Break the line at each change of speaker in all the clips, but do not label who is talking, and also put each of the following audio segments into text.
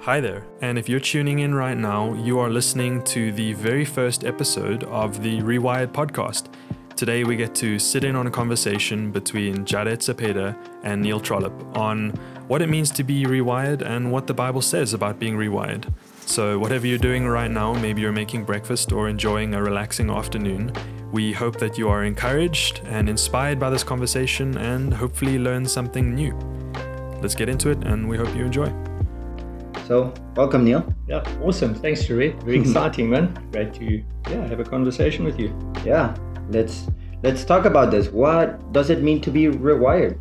Hi there, and if you're tuning in right now, you are listening to the very first episode of the Rewired podcast. Today, we get to sit in on a conversation between Jared Cepeda and Neil Trollope on what it means to be rewired and what the Bible says about being rewired. So, whatever you're doing right now, maybe you're making breakfast or enjoying a relaxing afternoon, we hope that you are encouraged and inspired by this conversation and hopefully learn something new. Let's get into it, and we hope you enjoy.
So, welcome, Neil.
Yeah, awesome. Thanks, Jared. Very exciting, man. Great to yeah have a conversation with you.
Yeah, let's let's talk about this. What does it mean to be rewired?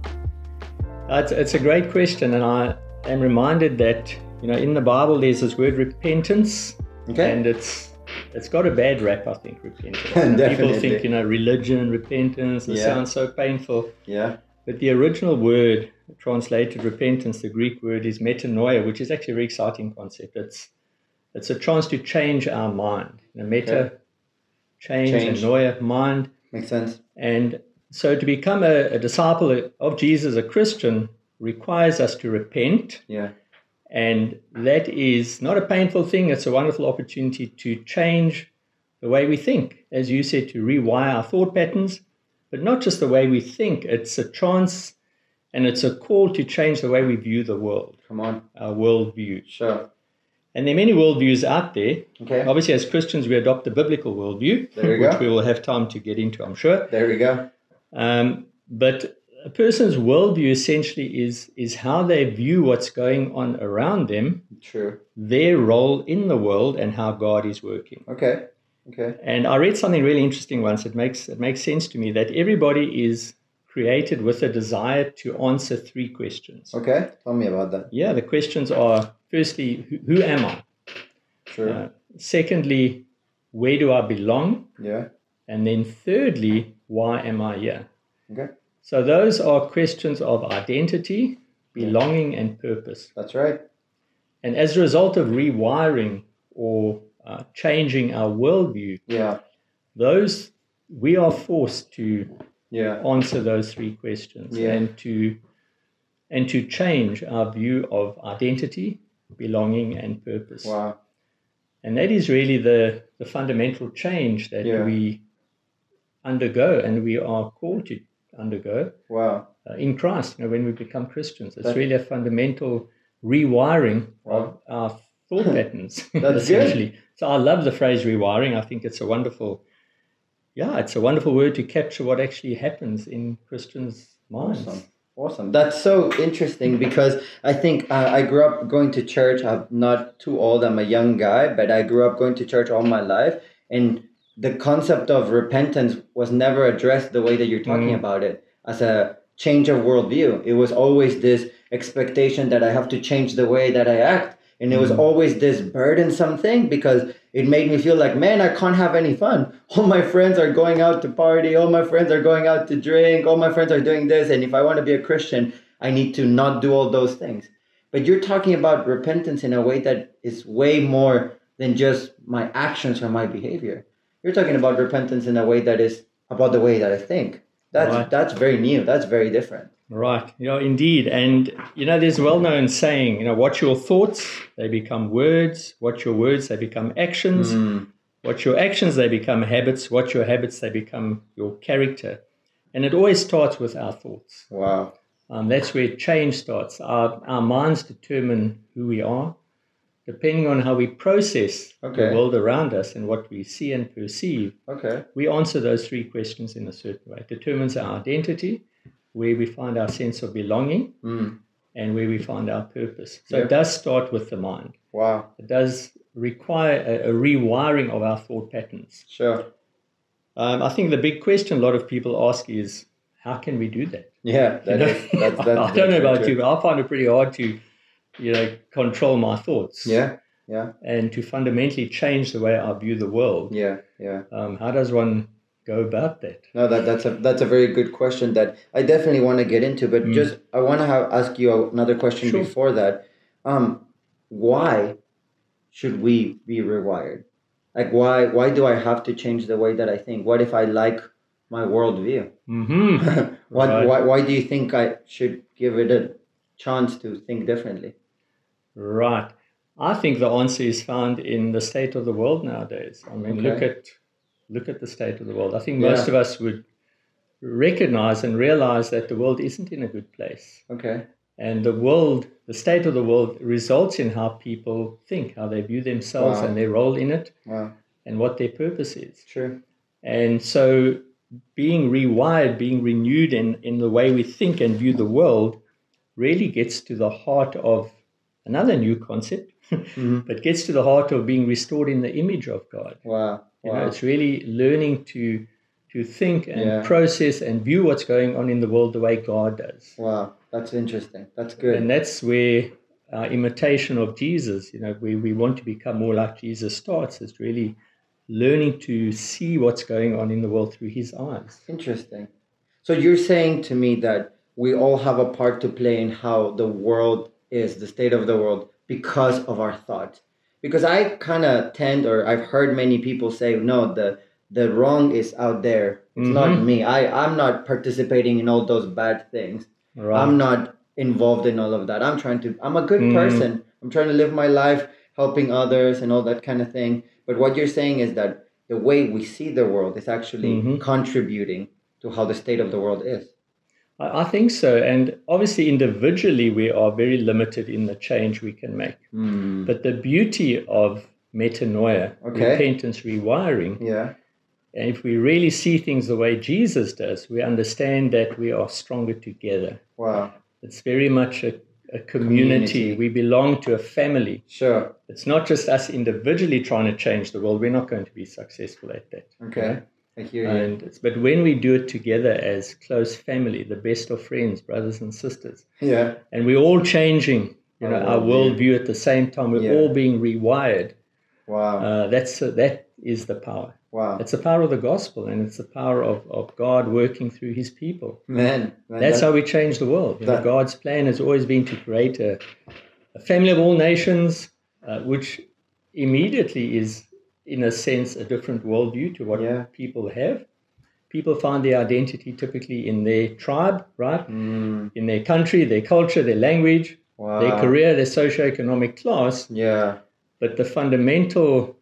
Uh, It's, it's a great question, and I am reminded that you know in the Bible there's this word repentance,
Okay.
and it's it's got a bad rap. I think repentance. And People
Definitely.
think you know religion, repentance. It
Yeah.
sounds so painful,
Yeah.
but the original word translated repentance, the Greek word is metanoia, which is actually a very exciting concept. It's it's a chance to change our mind. You know, meta,
Okay.
change,
Change.
and noia, mind.
Makes sense.
And so to become a, a disciple of Jesus, a Christian, requires us to repent.
Yeah.
And that is not a painful thing, it's a wonderful opportunity to change the way we think. As you said, to rewire our thought patterns, but not just the way we think, it's a chance and it's a call to change the way we view the world,
Come on.
our worldview.
Sure.
And there are many worldviews out there.
Okay.
Obviously, as Christians, we adopt the biblical worldview,
There you
which
go.
we will have time to get into, I'm sure.
There we go.
Um, but a person's worldview essentially is is how they view what's going on around them,
True.
their role in the world, and how God is working.
Okay. Okay.
And I read something really interesting once. It makes it makes sense to me that everybody is created with a desire to answer three questions.
Okay. Tell me about that.
Yeah, the questions are: firstly, who, who am I?
True.
Uh, secondly, where do I belong?
yeah.
And then thirdly, why am I here?
Okay.
So those are questions of identity, belonging, and purpose.
That's right.
And as a result of rewiring or uh, changing our worldview,
Yeah.
those we are forced to
Yeah.
answer those three questions
Yeah.
and to and to change our view of identity, belonging, and purpose.
Wow.
And that is really the the fundamental change that
Yeah.
we undergo and we are called to undergo.
Wow.
uh, in Christ, you know, when we become Christians. It's
That-
really a fundamental rewiring of
Wow.
our thought patterns,
That's good.
essentially. So I love the phrase rewiring. I think it's a wonderful, yeah, it's a wonderful word to capture what actually happens in Christians' minds.
Awesome. Awesome. That's so interesting because I think uh, I grew up going to church. I'm not too old. I'm a young guy, but I grew up going to church all my life, and the concept of repentance was never addressed the way that you're talking
Mm.
about it as a change of worldview. It was always this expectation that I have to change the way that I act, and it was always this burdensome thing because it made me feel like, man, I can't have any fun. All my friends are going out to party. All my friends are going out to drink. All my friends are doing this. And if I want to be a Christian, I need to not do all those things. But you're talking about repentance in a way that is way more than just my actions or my behavior. You're talking about repentance in a way that is about the way that I think. That's
Right.
that's very new. That's very different.
Right. You know, indeed. And, you know, there's a well known saying, you know, what your thoughts, they become words. What your words, they become actions. What your actions, they become habits. What your habits, they become your character. And it always starts with our thoughts.
Wow.
Um, that's where change starts. Our, our minds determine who we are, depending on how we process
Okay.
the world around us and what we see and perceive.
Okay.
We answer those three questions in a certain way. It determines our identity, where we find our sense of belonging,
Mm.
and where we find our purpose. So
Yeah.
it does start with the mind.
Wow.
It does require a, a rewiring of our thought patterns.
Sure.
Um, I think the big question a lot of people ask is, how can we do that?
Yeah. That
You know?
is, that's, that's
I don't know
very
about
true.
you, but I find it pretty hard to, you know, control my thoughts
Yeah. Yeah.
and to fundamentally change the way I view the world.
Yeah. Yeah.
Um, how does one go about that?
No, that, that's a that's a very good question that I definitely want to get into. But
Mm.
just I want to have, ask you another question
Sure.
before that. Um, why should we be rewired? Like, why why do I have to change the way that I think? What if I like my worldview?
hmm
what
Right.
why why do you think I should give it a chance to think differently?
Right. I think the answer is found in the state of the world nowadays. I mean, look at look at the state of the world. I think most
Yeah.
of us would recognize and realize that the world isn't in a good place.
Okay.
And the world, the state of the world results in how people think, how they view themselves
Wow.
and their role in it
Wow.
and what their purpose is.
Sure.
And so being rewired, being renewed in, in the way we think and view the world really gets to the heart of another new concept,
Mm-hmm.
but gets to the heart of being restored in the image of God.
Wow.
You
Wow.
know, it's really learning to to think and
Yeah.
process and view what's going on in the world the way God does.
Wow. That's interesting. That's good.
And that's where our imitation of Jesus, you know, where we want to become more like Jesus starts, is really learning to see what's going on in the world through his eyes.
Interesting. So you're saying to me that we all have a part to play in how the world is, the state of the world, because of our thoughts. Because I kind of tend, or I've heard many people say, no, the the wrong is out there. It's not me. I I'm not participating in all those bad things.
Right.
I'm not involved in all of that. I'm trying to. I'm a good person. I'm trying to live my life, helping others, and all that kind of thing. But what you're saying is that the way we see the world is actually contributing to how the state of the world is.
I, I think so. And obviously, individually, we are very limited in the change we can make. But the beauty of metanoia,
Hmm. Okay.
repentance, rewiring,
Yeah.
And if we really see things the way Jesus does, we understand that we are stronger together.
Wow.
It's very much a, a community.
Community.
We belong to a family.
Sure.
It's not just us individually trying to change the world. We're not going to be successful at that.
Okay. I hear you.
And it's, but when we do it together as close family, the best of friends, brothers and sisters,
yeah.
and we're all changing you know,
Our
our worldview at the same time, we're
Yeah.
all being rewired.
Wow.
Uh, that's that is the power.
wow.
It's the power of the gospel and it's the power of, of God working through his people.
man. man,
That's
that-
how we change the world. You know,
that-
God's plan has always been to create a, a family of all nations, uh, which immediately is, in a sense, a different worldview to what
Yeah.
people have. People find their identity typically in their tribe, right?
Mm.
In their country, their culture, their language,
wow.
their career, their socioeconomic class.
Yeah.
But the fundamental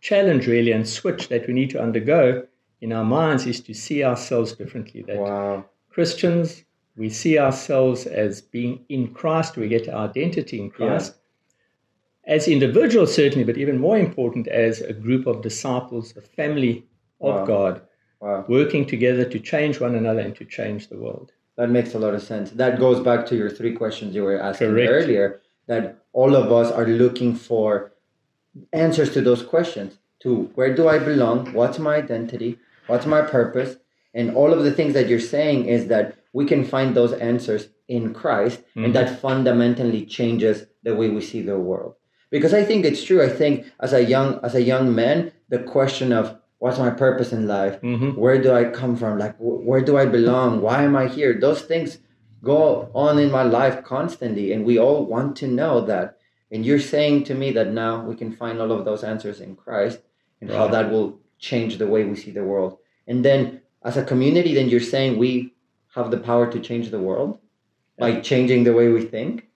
challenge, really, and switch that we need to undergo in our minds is to see ourselves differently. That
Wow.
Christians, we see ourselves as being in Christ, we get our identity in Christ. As individuals, certainly, but even more important, as a group of disciples, a family of
Wow.
God,
Wow.
working together to change one another and to change the world.
That makes a lot of sense. That goes back to your three questions you were asking
Correct.
earlier that all of us are looking for answers to those questions to where do I belong? What's my identity? What's my purpose? And all of the things that you're saying is that we can find those answers in Christ, and that fundamentally changes the way we see the world. Because I think it's true. I think as a young as a young man, the question of what's my purpose in life,
Mm-hmm.
where do I come from, like wh- where do I belong, why am I here? Those things go on in my life constantly, and we all want to know that. And you're saying to me that now we can find all of those answers in Christ, and how
Right.
that will change the way we see the world. And then as a community, then you're saying we have the power to change the world by changing the way we think.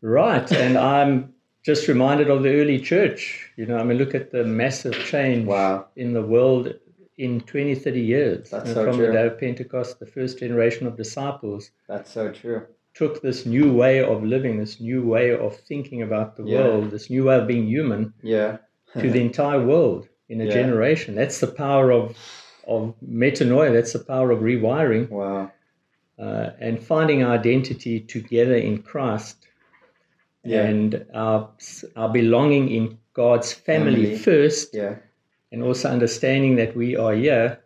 Right. And I'm just reminded of the early church. You know, I mean, look at the massive change
Wow.
in the world in 20, 30 years.
That's
And
so
from
true.
the day of Pentecost, the first generation of disciples
That's so true.
took this new way of living, this new way of thinking about the
Yeah.
world, this new way of being human
Yeah.
to the entire world in a
Yeah.
generation. That's the power of, of metanoia, that's the power of rewiring
Wow.
uh, and finding our identity together in Christ
Yeah.
and our, our belonging in God's family,
Family.
first,
Yeah.
and also understanding that we are here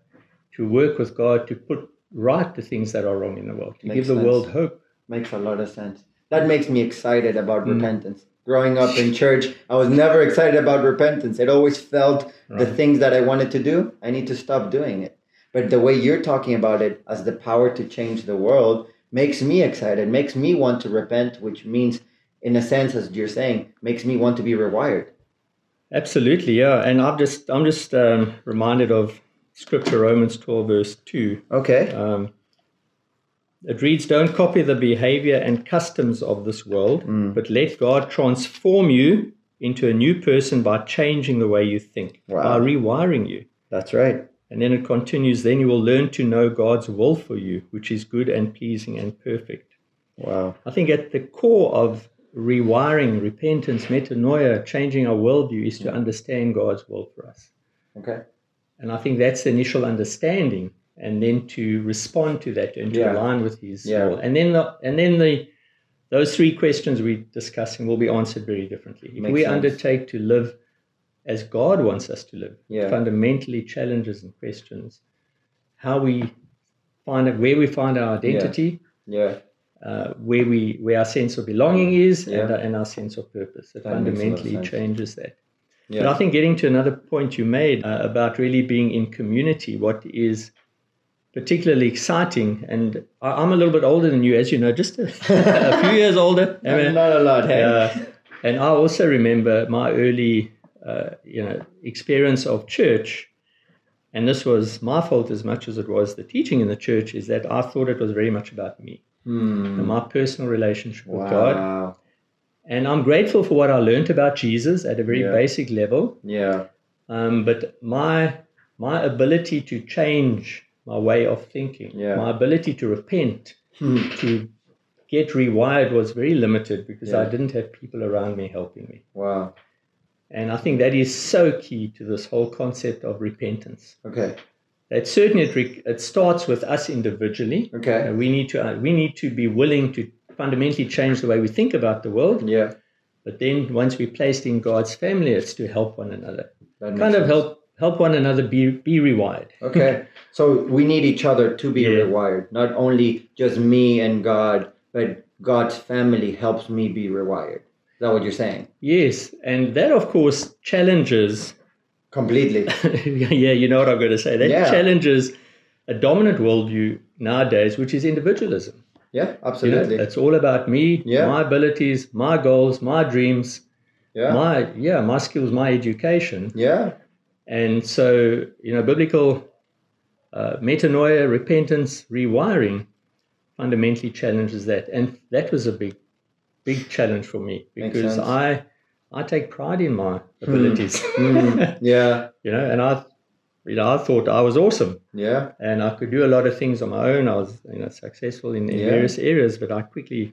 to work with God to put right the things that are wrong in the world, to
Makes
give the
sense.
world hope.
Makes a lot of sense. That makes me excited about repentance. Growing up in church, I was never excited about repentance. It always felt the things that I wanted to do, I need to stop doing it. But the way you're talking about it as the power to change the world makes me excited, makes me want to repent, which means, in a sense, as you're saying, makes me want to be rewired.
Absolutely, yeah. And I'm just I'm just um, reminded of Scripture Romans twelve verse two.
Okay.
Um, It reads, Don't copy the behavior and customs of this world,
Mm.
but let God transform you into a new person by changing the way you think, by
Wow.
rewiring you.
That's right.
And then it continues, Then you will learn to know God's will for you, which is good and pleasing and perfect.
Wow.
I think at the core of rewiring, repentance, metanoia, changing our worldview is to understand God's will for us.
Okay.
And I think that's the initial understanding, and then to respond to that and to
Yeah.
align with His
Yeah.
will. And then the and then the those three questions we're discussing will be answered very differently. If
Makes
we
sense.
undertake to live as God wants us to live,
Yeah.
fundamentally challenges and questions how we find out where we find our identity,
Yeah.
uh, where we where our sense of belonging is, and,
Yeah.
our, and our sense of purpose. It
That makes a lot of
fundamentally
sense.
changes that.
Yeah.
But I think getting to another point you made uh, about really being in community, what is particularly exciting, and I, I'm a little bit older than you, as you know, just a, a few years older. I mean,
Not a lot. Hey?
uh, and I also remember my early, uh, you know, experience of church, and this was my fault as much as it was the teaching in the church. Is that I thought it was very much about me,
Hmm.
and my personal relationship with God,
Wow.
and I'm grateful for what I learned about Jesus at a very
Yeah.
basic level.
Yeah.
Um, but my my ability to change my way of thinking,
Yeah.
my ability to repent,
Hmm.
to get rewired was very limited because I
Yeah.
didn't have people around me helping me.
Wow.
And I think that is so key to this whole concept of repentance.
Okay.
That certainly it, re- it starts with us individually.
Okay.
Uh, we need to uh, we need to be willing to fundamentally change the way we think about the world.
Yeah.
But then once we're placed in God's family, it's to help one another,
That
kind
makes
of
sense.
help help one another be be rewired.
Okay. So we need each other to be
Yeah.
rewired. Not only just me and God, but God's family helps me be rewired. Is that what you're saying?
Yes, and that of course challenges.
Completely.
yeah, you know what I'm going to say. That
Yeah.
challenges a dominant worldview nowadays, which is individualism.
Yeah,
You know,
absolutely.
it's all about me,
Yeah.
my abilities, my goals, my dreams,
Yeah.
my yeah, my skills, my education.
yeah.
And so, you know, biblical uh, metanoia, repentance, rewiring fundamentally challenges that. And that was a big, big challenge for me
Makes
because
sense. Hmm.
I I take pride in my abilities.
Mm, yeah.
you know, and I you know, I thought I was awesome
Yeah.
and I could do a lot of things on my own. I was you know successful in, in
Yeah.
various areas, but I quickly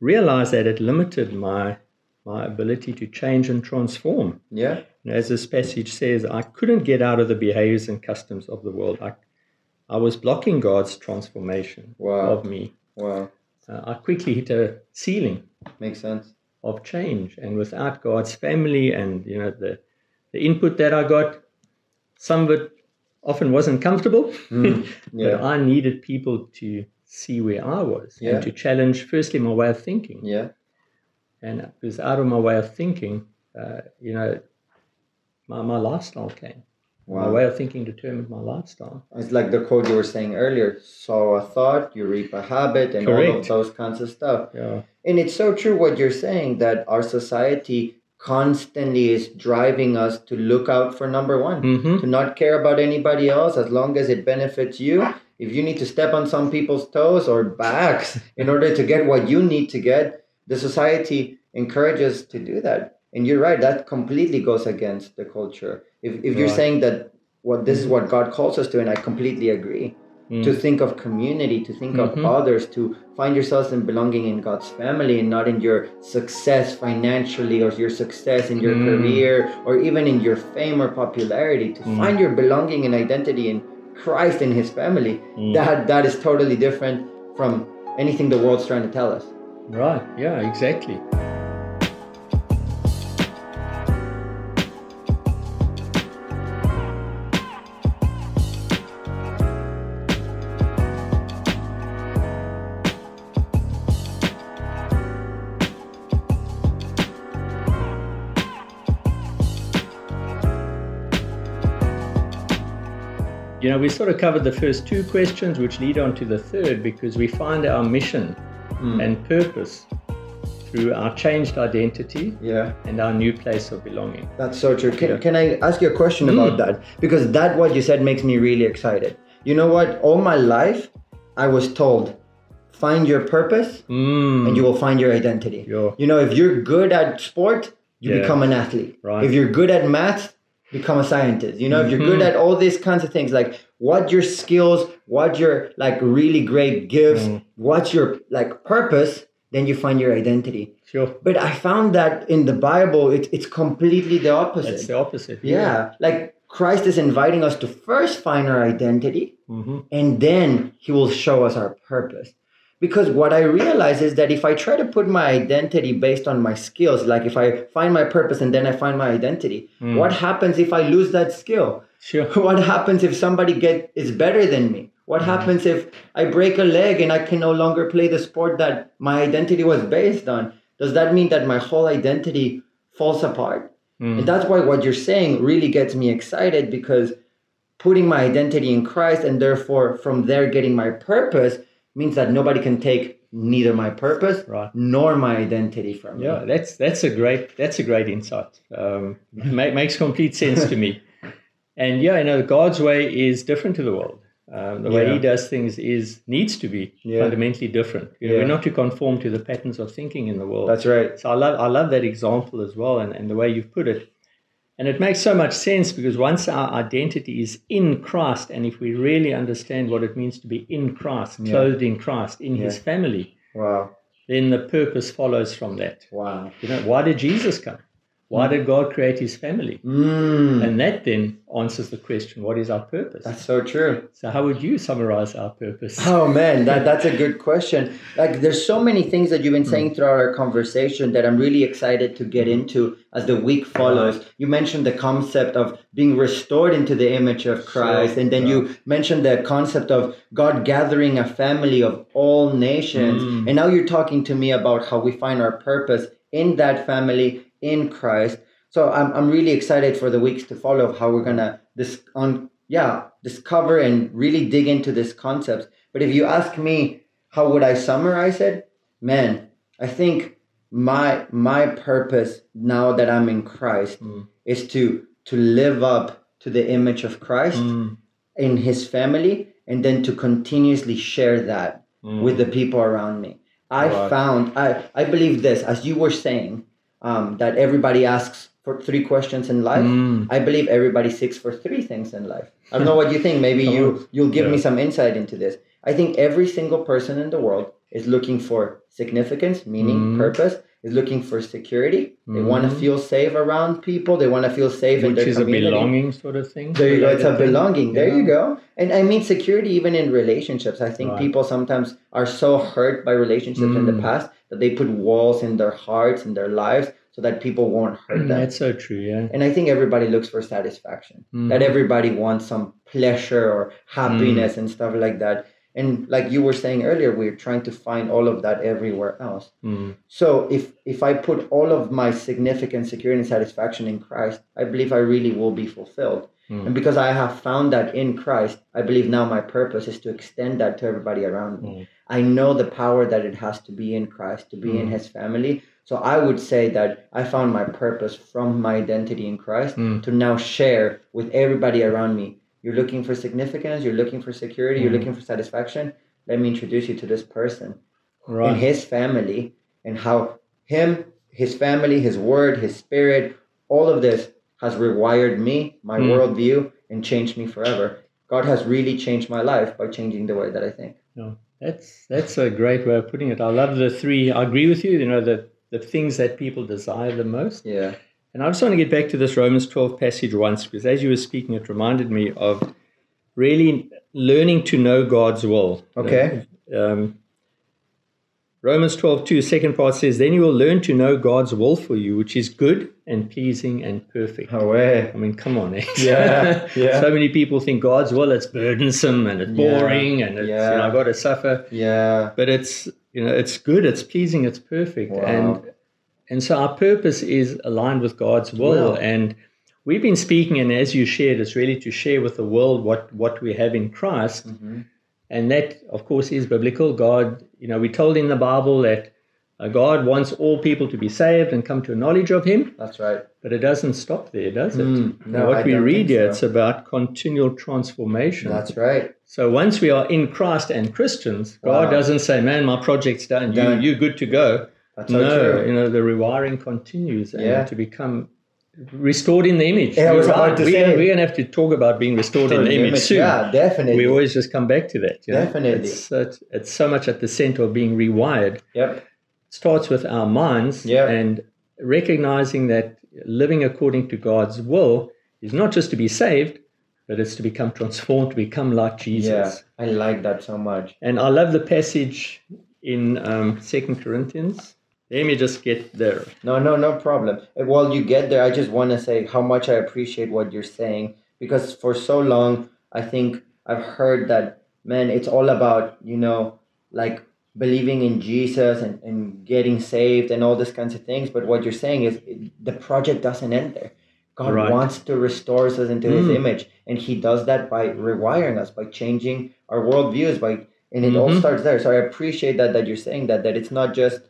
realized that it limited my my ability to change and transform.
Yeah.
And as this passage says, I couldn't get out of the behaviors and customs of the world. I, I was blocking God's transformation
Wow.
of me.
Wow.
Uh, I quickly hit a ceiling
Makes sense.
of change, and without God's family and you know the the input that I got, some of it often wasn't comfortable. But
Mm. Yeah.
I needed people to see where I was
Yeah.
and to challenge, firstly, my way of thinking.
Yeah.
And because out of my way of thinking, uh, you know, my, my lifestyle came. My
Wow.
way of thinking determined my lifestyle.
It's like the quote you were saying earlier sow a thought, you reap a habit, and all
Correct.
of those kinds of stuff.
Yeah.
And it's so true what you're saying that our society constantly is driving us to look out for number one,
Mm-hmm.
to not care about anybody else as long as it benefits you. If you need to step on some people's toes or backs in order to get what you need to get, the society encourages to do that. And you're right, that completely goes against the culture. If, if you're
Right. Mm-hmm.
saying that what this is what God calls us to, and I completely agree
Mm.
to think of community, to think
Mhm.
of others, to find yourselves in belonging in God's family and not in your success financially or your success in your
Mm.
career or even in your fame or popularity, to
Mm.
find your belonging and identity in Christ and His family.
Mm.
That that is totally different from anything the world's trying to tell us.
Right. Yeah, exactly. You know, we sort of covered the first two questions, which lead on to the third because we find our mission and purpose through our changed identity
Yeah.
and our new place of belonging.
That's so true. Can,
Yeah.
can I ask you a question
Mm.
about that? Because that what you said makes me really excited. You know what? All my life, I was told find your purpose
Mm,
and you will find your identity.
Yeah.
You know, if you're good at sport, you
Yeah.
become an athlete.
Right.
If you're good at math, become a scientist. You know, if you're good at
Mm-hmm.
all these kinds of things, like what your skills, what your like really great gifts,
Mm.
what's your like purpose, then you find your identity.
sure.
But I found that in the Bible, it, it's completely the opposite.
That's the opposite.
yeah. Like Christ is inviting us to first find our identity
hmm
and then he will show us our purpose because what i realize is that if i try to put my identity based on my skills like if i find my purpose and then i find my identity what happens if i lose that skill
Sure.
what happens if somebody get is better than me what
Mm-hmm.
happens if i break a leg and i can no longer play the sport that my identity was based on does that mean that my whole identity falls apart
Mm-hmm.
and that's why what you're saying really gets me excited because putting my identity in Christ and therefore from there getting my purpose means that nobody can take neither my purpose
Right.
nor my identity from me.
Yeah, that's that's a great that's a great insight. Um, ma- makes complete sense to me. And yeah, you know, God's way is different to the world. Um, the way
Yeah.
He does things is needs to be
Yeah.
fundamentally different. You know,
Yeah.
We're not to conform to the patterns of thinking in the world.
That's right.
So I love I love that example as well, and, and the way you've put it. And it makes so much sense because once our identity is in Christ, and if we really understand what it means to be in Christ, clothed in Christ, in His family,
Wow.
then the purpose follows from that.
Wow.
You know, why did Jesus come? Why did God create his family?
Mm,
And that then answers the question what is our purpose?
that's so true.
So, how would you summarize our purpose?
Oh man, that, that's a good question. Like there's so many things that you've been saying throughout our conversation that I'm really excited to get into as the week follows. You mentioned the concept of being restored into the image of Christ, and then you mentioned the concept of God gathering a family of all nations. And now you're talking to me about how we find our purpose in that family in Christ. So I'm, I'm really excited for the weeks to follow of how we're gonna this on yeah discover and really dig into this concept. But if you ask me, how would I summarize it? Man, I think my my purpose now that I'm in Christ is to to live up to the image of Christ
Mm,
in His family, and then to continuously share that
mm,
with the people around me. I
Right.
found I, I believe this as you were saying um, that everybody asks for three questions in life.
Mm.
I believe everybody seeks for three things in life. I don't know what you think. Maybe you you'll give me
Yeah.
some insight into this. I think every single person in the world is looking for significance, meaning,
Mm.
purpose. Is looking for security. They want to feel safe around people. They want to feel safe in
which
their
is
community.
a belonging sort of thing.
There you go. It's a
related thing.
belonging. There
Yeah.
you go. And I mean security even in relationships. I think
Right.
people sometimes are so hurt by relationships in the
Mm.
past that they put walls in their hearts and their lives so that people won't hurt them.
That's so true, yeah.
And I think everybody looks for satisfaction.
Mm.
That everybody wants some pleasure or happiness and stuff like that. And like you were saying earlier, we're trying to find all of that everywhere else.
Mm,
So if if I put all of my significant security and satisfaction in Christ, I believe I really will be fulfilled.
Mm.
And because I have found that in Christ, I believe now my purpose is to extend that to everybody around me.
Mm.
I know the power that it has to be in Christ, to be in
Mm.
his family. So I would say that I found my purpose from my identity in Christ
Mm.
to now share with everybody around me. You're looking for significance, you're looking for security, you're
Mm.
looking for satisfaction. Let me introduce you to this person and
Right.
his family and how him his family his word his spirit all of this has rewired me my
Mm.
worldview and changed me forever god has really changed my life by changing the way that i think
Yeah. That's that's a great way of putting it. I love the three. I agree with you, you know, the, the things that people desire the most.
yeah
And I just want to get back to this Romans 12 passage once, because as you were speaking, it reminded me of really learning to know God's will.
okay
Um, Romans 12, 2, second part says, Then you will learn to know God's will for you, which is good and pleasing and perfect.
away
I mean, come on. Eh?
Yeah, yeah.
so many people think God's will, it's burdensome and it's
Yeah,
boring and it's, you know,
yeah.
I've got to suffer
yeah
but it's you know it's good it's pleasing it's perfect
Wow.
and and so our purpose is aligned with god's will
Wow.
and we've been speaking and as you shared it's really to share with the world what what we have in christ
Mm-hmm.
and that of course is biblical god you know we're told in the bible that uh, god wants all people to be saved and come to a knowledge of him
that's right
but it doesn't stop there does it
Mm,
You know,
no,
what
I
we
don't
read
think
here
so.
it's about continual transformation
that's right
So once we are in Christ and Christians, God
Wow.
doesn't say, "Man, my project's done. You,
Done.
you're good to go."
That's so
No,
true.
you know the rewiring continues, and
Yeah.
to become restored in the image.
Yeah, I was
You're
about to
we're,
say.
gonna, we're gonna have to talk about being restored in the image, soon.
Yeah, definitely.
We always just come back to that. you know.
Definitely.
it's, such- it's so much at the center of being rewired
yep.
starts with our minds
Yeah.
and recognizing that living according to God's will is not just to be saved, but it's to become transformed, to become like
Yeah,
Jesus.
I like that so much.
And I love the passage in um, 2 Corinthians. Let me just get there.
No, no, no problem. Uh, While you get there, I just want to say how much I appreciate what you're saying because for so long, I think I've heard that, man, it's all about, you know, like believing in Jesus and, and getting saved and all these kinds of things. But what you're saying is it- the project doesn't end there. God
Right.
wants to restore us into his
Mm.
image. And he does that by rewiring us, by changing our worldviews, by and it all
Mhm.
starts there. So I appreciate that that you're saying that that it's not just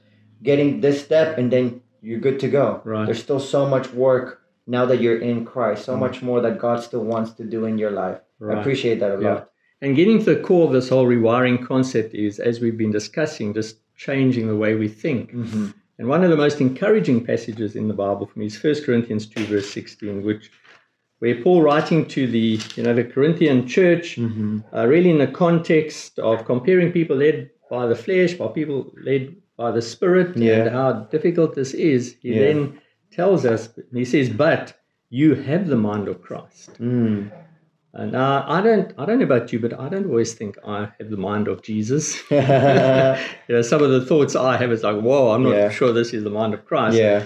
getting this step and then you're good to go.
Right. Mm.
There's still so much work now that you're in Christ, so much more that God still wants to do in your life. I
Right.
appreciate that a
Yeah.
lot.
And getting to the core of this whole rewiring concept is, as we've been discussing, just changing the way we think.
Mhm.
And one of the most encouraging passages in the Bible for me is 1 Corinthians 2, verse 16, which where Paul writing to the you know the Corinthian church,
Mm-hmm.
uh, really in the context of comparing people led by the flesh, by people led by the spirit,
Yeah.
and how difficult this is, he
Yeah.
then tells us, he says, But you have the mind of Christ.
Mm.
And uh, I don't I don't know about you, but I don't always think I have the mind of Jesus. you know, some of the thoughts I have is like, whoa, I'm not
Yeah.
sure this is the mind of Christ.
yeah.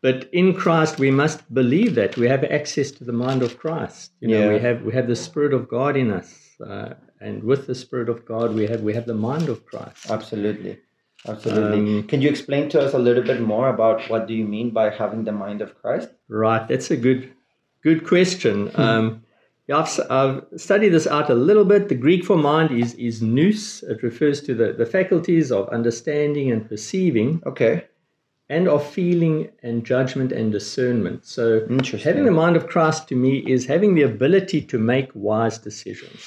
But in Christ, we must believe that we have access to the mind of Christ. You know,
Yeah.
we have we have the Spirit of God in us, uh, and with the Spirit of God, we have we have the mind of Christ.
Absolutely. Absolutely.
Um,
Can you explain to us a little bit more about what do you mean by having the mind of Christ?
Right, that's a good good question.
Hmm.
Um, yeah, I've, s- I've studied this out a little bit. The Greek for mind is is nous. It refers to the, the faculties of understanding and perceiving,
Okay.
and of feeling and judgment and discernment. So,
Interesting.
having the mind of Christ to me is having the ability to make wise decisions,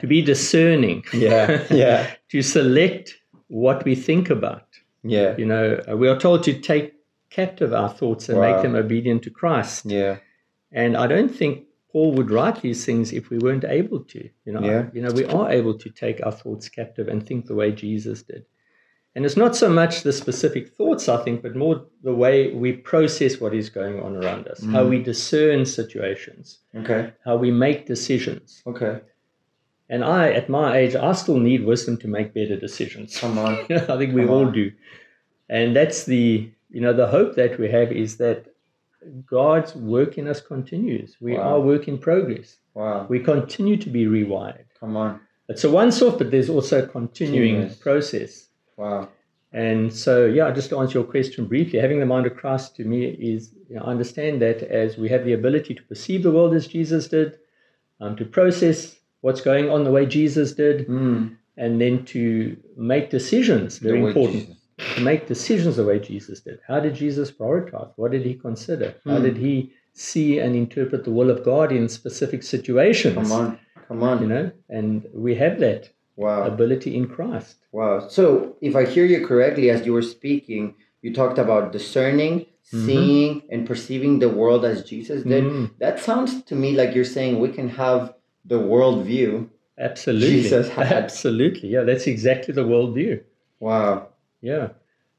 to be discerning,
Yeah. Yeah.
to select what we think about.
Yeah.
You know, uh, we are told to take captive our thoughts and
Wow.
make them obedient to Christ.
Yeah.
And I don't think Paul would write these things if we weren't able to. You know,
Yeah.
you know, we are able to take our thoughts captive and think the way Jesus did. And it's not so much the specific thoughts, I think, but more the way we process what is going on around us, how we discern situations,
Okay.
how we make decisions.
Okay.
And I, at my age, I still need wisdom to make better decisions.
Come on.
I think we
Come
all
on.
do. And that's the you know the hope that we have is that God's work in us continues. We
Wow.
are work in progress.
Wow.
We continue to be rewired.
Come on.
It's a once off, but there's also a continuing
Continuous.
process.
Wow.
And so, yeah, just to answer your question briefly, having the mind of Christ to me is you know, I understand that as we have the ability to perceive the world as Jesus did, um, to process what's going on the way Jesus did,
Mm.
and then to make decisions. Very
The way
important
Jesus-
to make decisions the way Jesus did. How did Jesus prioritize? What did he consider? How
Hmm.
did he see and interpret the will of God in specific situations?
Come on. Come on.
You know, and we have that
Wow.
ability in Christ.
Wow. So, if I hear you correctly, as you were speaking, you talked about discerning, seeing, and perceiving the world as Jesus did.
Mhm.
That sounds to me like you're saying we can have the world view.
Absolutely.
Jesus had.
Absolutely. Yeah, that's exactly the worldview.
Wow.
Yeah.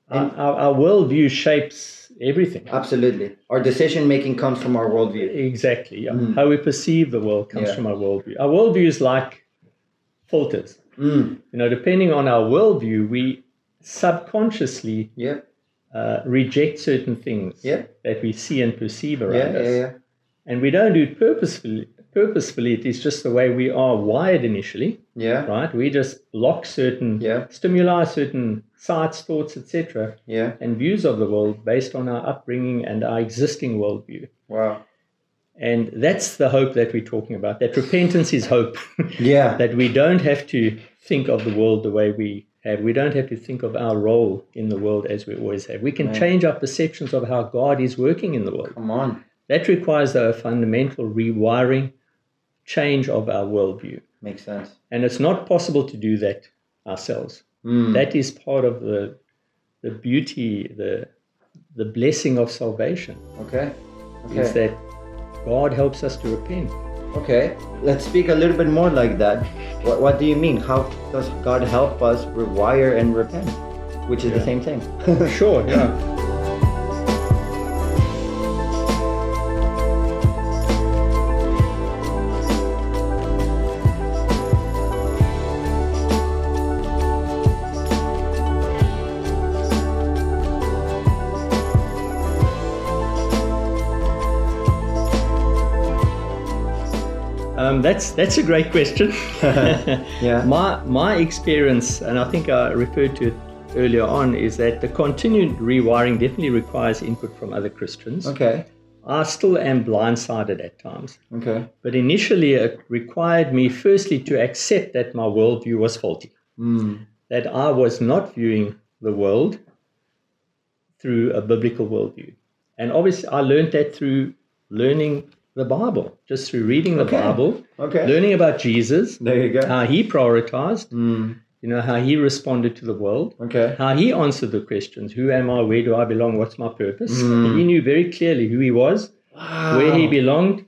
Our, our, our worldview shapes everything.
Absolutely. Our decision making comes from our worldview.
Exactly. Yeah.
Hmm.
How we perceive the world comes
Yeah.
from our worldview. Our worldview is like filters.
Mm.
You know, depending on our worldview, we subconsciously
Yeah.
uh, reject certain things
Yeah.
that we see and perceive around
Yeah.
us.
Yeah. Yeah.
And we don't do it purposefully. Purposefully, it is just the way we are wired initially,
Yeah.
right? We just block certain
Yeah.
stimuli, certain sights, thoughts, etc.,
Yeah.
and views of the world based on our upbringing and our existing worldview.
Wow.
And that's the hope that we're talking about. That repentance is hope.
Yeah.
that we don't have to think of the world the way we have. We don't have to think of our role in the world as we always have. We can change our perceptions of how God is working in the world.
Come on.
That requires, though, a fundamental rewiring change of our worldview.
Makes sense.
And it's not possible to do that ourselves.
Mm.
That is part of the the beauty, the the blessing of salvation
Okay.
is
Okay.
that God helps us to repent.
Okay. Let's speak a little bit more like that. What, what do you mean? How does God help us rewire and repent? Which is the same thing.
Sure, yeah. Um, that's that's a great question.
Yeah.
My my experience, and I think I referred to it earlier on, is that the continued rewiring definitely requires input from other Christians.
okay.
I still am blindsided at times,
Okay.
but initially it required me firstly to accept that my worldview was faulty,
Mm.
that I was not viewing the world through a biblical worldview, and obviously I learned that through learning the Bible, just through reading the
Okay.
Bible,
Okay.
learning about Jesus,
There you go.
how he prioritized,
Mm.
you know, how he responded to the world,
Okay.
how he answered the questions who am I, where do I belong, what's my purpose.
Hmm.
He knew very clearly who he was,
Ah.
where he belonged,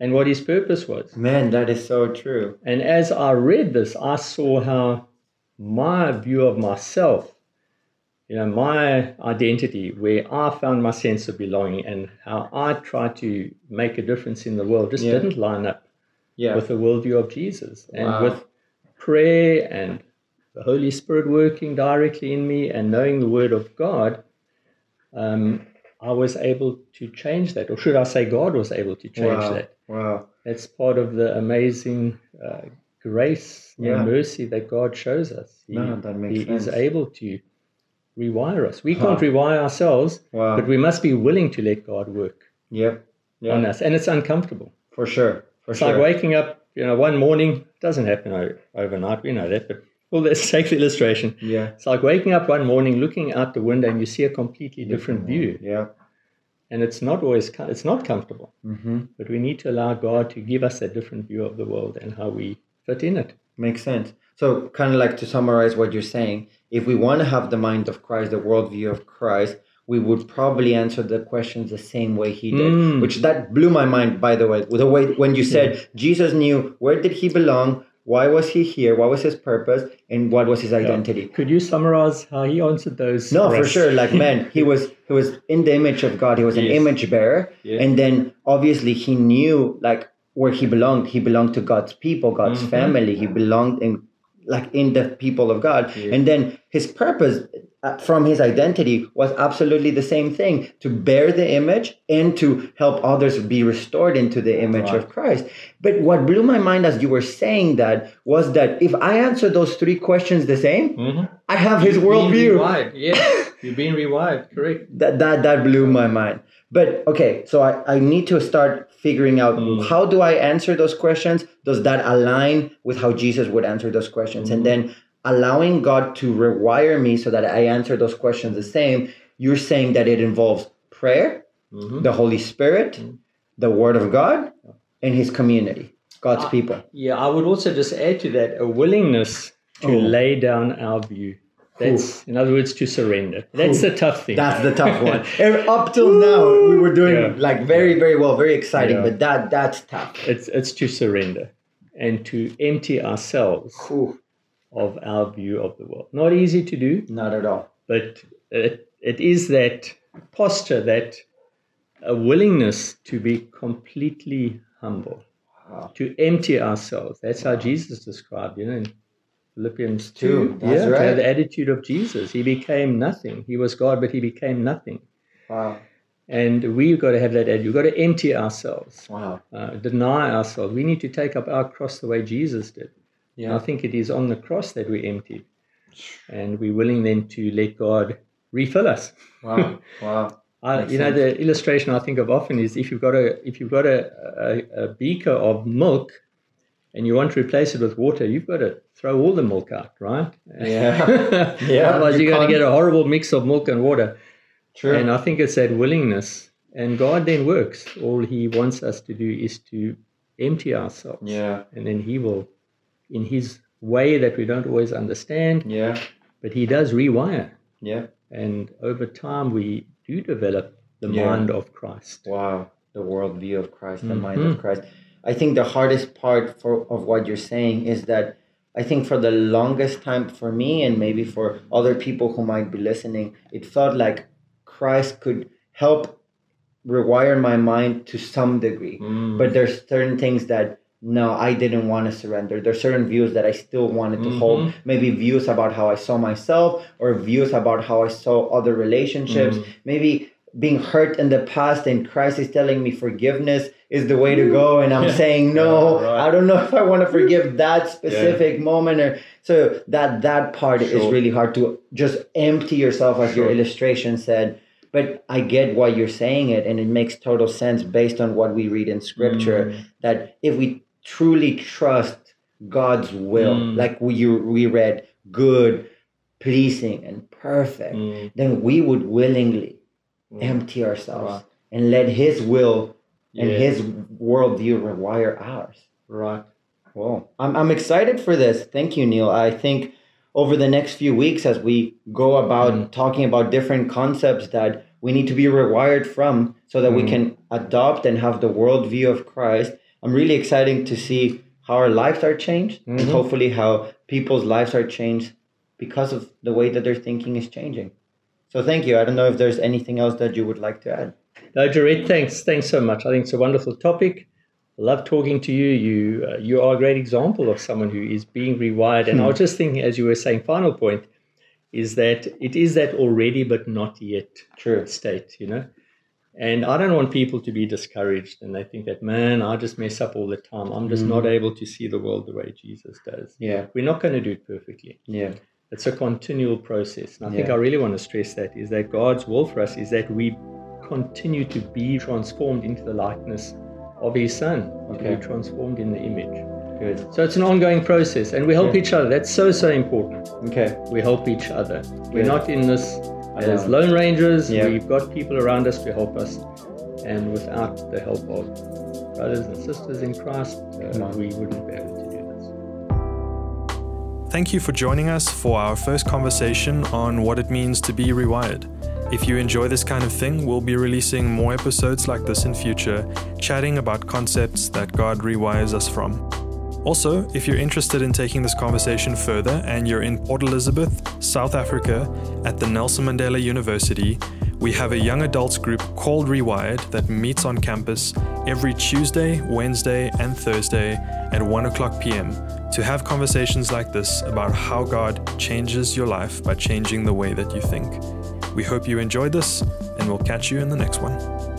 and what his purpose was.
Man, that is so true.
And as I read this, I saw how my view of myself, you know, my identity, where I found my sense of belonging and how I tried to make a difference in the world just
Yeah.
didn't line up
Yeah.
with the worldview of Jesus and
Wow.
with prayer and the Holy Spirit working directly in me and knowing the Word of God, um, I was able to change that, or should I say, God was able to change
wow.
that.
Wow.
That's part of the amazing uh, grace
Yeah.
and mercy that God shows us. He,
No, that makes
he is
sense.
able to rewire us. We
Huh.
can't rewire ourselves,
Wow.
but we must be willing to let God work
Yep. Yeah.
on us, and it's uncomfortable.
For sure. For
It's
sure.
like waking up, you know, one morning, doesn't happen o- overnight, we know that, but well, let's take the illustration.
Yeah.
It's like waking up one morning, looking out the window, and you see a completely
Mm-hmm.
different view.
Yeah.
And it's not always, co- it's not comfortable,
Mm-hmm.
but we need to allow God to give us a different view of the world and how we fit in it.
Makes sense. So, kind of like to summarize what you're saying, if we want to have the mind of Christ, the worldview of Christ, we would probably answer the questions the same way he did,
Mm.
which that blew my mind, by the way. The way when you said Jesus knew where did he belong, why was he here, what was his purpose, and what was his identity.
Could you summarize how he answered those?
No, for
us?
sure. Like man, he was he was in the image of God. He was an
Yes.
image bearer,
Yeah.
and then obviously he knew like where he belonged. He belonged to God's people, God's
Mhm.
family. He belonged in like in the people of God,
Yeah.
and then his purpose uh, from his identity was absolutely the same thing to bear the image and to help others be restored into the image of Christ. But what blew my mind as you were saying that was that if I answer those three questions the same,
Mhm.
I have his
You've been
worldview
rewired, Yeah, you've been rewired, correct.
that that that blew my mind but okay so i, I need to start figuring out
Mm.
how do i answer those questions does that align with how jesus would answer those questions
Mm.
and then allowing god to rewire me so that i answer those questions the same you're saying that it involves prayer
Mm-hmm.
the holy spirit
Mm.
the word of god and his community god's
Ah.
people
Yeah, I would also just add to that a willingness to
Oh.
lay down our view. That's, in other words, to surrender. That's the tough thing.
That's the tough one. And Up till now, we were doing
Yeah.
like very, very well, very exciting.
Yeah.
But that that's tough.
it's it's to surrender and to empty ourselves
Ooh,
of our view of the world. Not easy to do,
not at all.
but it, it is that posture, that a willingness to be completely humble, to empty ourselves. That's how Jesus described, you know, in Philippians 2.
Two, that's
yeah, to
right.
have the attitude of Jesus. He became nothing. He was God, but he became nothing.
Wow.
And we've got to have that attitude. We've got to empty ourselves,
Wow.
uh, deny ourselves. We need to take up our cross the way Jesus did. And I think it is on the cross that we emptied. And we're willing then to let God refill us.
Wow. Wow.
I,
Makes
you know, the illustration I think of often is if you've got a if you've got a, a, a beaker of milk and you want to replace it with water, you've got to throw all the milk out, right?
Yeah. Yeah,
Otherwise,
you
you're going
can't-
to get a horrible mix of milk and water.
True.
And I think it's that willingness. And God then works. All He wants us to do is to empty ourselves,
yeah.
and then He will in his way that we don't always understand,
Yeah.
but he does rewire.
Yeah.
And over time, we do develop the
Yeah.
mind of Christ.
Wow, the worldview of Christ, the mind of Christ. I think the hardest part for of what you're saying is that I think for the longest time for me and maybe for other people who might be listening, it felt like Christ could help rewire my mind to some degree.
Mm.
But there's certain things that no, I didn't want to surrender. There's certain views that I still wanted to hold.
Mm-hmm.
Maybe views about how I saw myself or views about how I saw other relationships.
Mm-hmm.
Maybe being hurt in the past and Christ is telling me forgiveness is the way to go and I'm
Yeah.
saying no
Yeah, right.
I don't know if I want to forgive that specific moment or so that that part is
Sure.
really hard to just empty yourself as your
Sure.
illustration said but I get why you're saying it and it makes total sense based on what we read in
Mm.
scripture that if we truly trust God's will
Mm.
like we you we read good pleasing and perfect
Mm.
then we would willingly empty ourselves
Right.
and let his will and
Yeah.
his worldview rewire ours
Right.
Well, I'm, I'm excited for this thank you neil i think over the next few weeks as we go about talking about different concepts that we need to be rewired from so that we
Mm.
can adopt and have the worldview of christ i'm really excited to see how our lives are changed and
Mhm.
hopefully how people's lives are changed because of the way that their thinking is changing so thank you i don't know if there's anything else that you would like to add
No, Jared, thanks. Thanks so much. I think it's a wonderful topic. Love talking to you. You uh, you are a great example of someone who is being rewired. And I was just thinking, as you were saying, final point is that it is that already but not yet
True.
state, you know. And I don't want people to be discouraged and they think that, man, I just mess up all the time. I'm just not able to see the world the way Jesus does.
Yeah.
We're not going to do it perfectly.
Yeah.
It's a continual process. And I think
Yeah.
I really want to stress that is that God's will for us is that we continue to be transformed into the likeness of His Son,
Okay.
to be transformed in the image.
Good.
So it's an ongoing process and we help
Yeah.
each other. That's so, so important.
Okay.
We help each other. We're
Good.
not in this as
Alone.
lone rangers.
Yeah.
We've got people around us to help us. And without the help of brothers and sisters in Christ, uh,
on.
we wouldn't be able to do this.
Thank you for joining us for our first conversation on what it means to be rewired. If you enjoy this kind of thing, we'll be releasing more episodes like this in future, chatting about concepts that God rewires us from. Also, if you're interested in taking this conversation further and you're in Port Elizabeth, South Africa, at the Nelson Mandela University, we have a young adults group called Rewired that meets on campus every Tuesday, Wednesday, and Thursday at 1 o'clock p.m. to have conversations like this about how God changes your life by changing the way that you think. We hope you enjoyed this, and we'll catch you in the next one.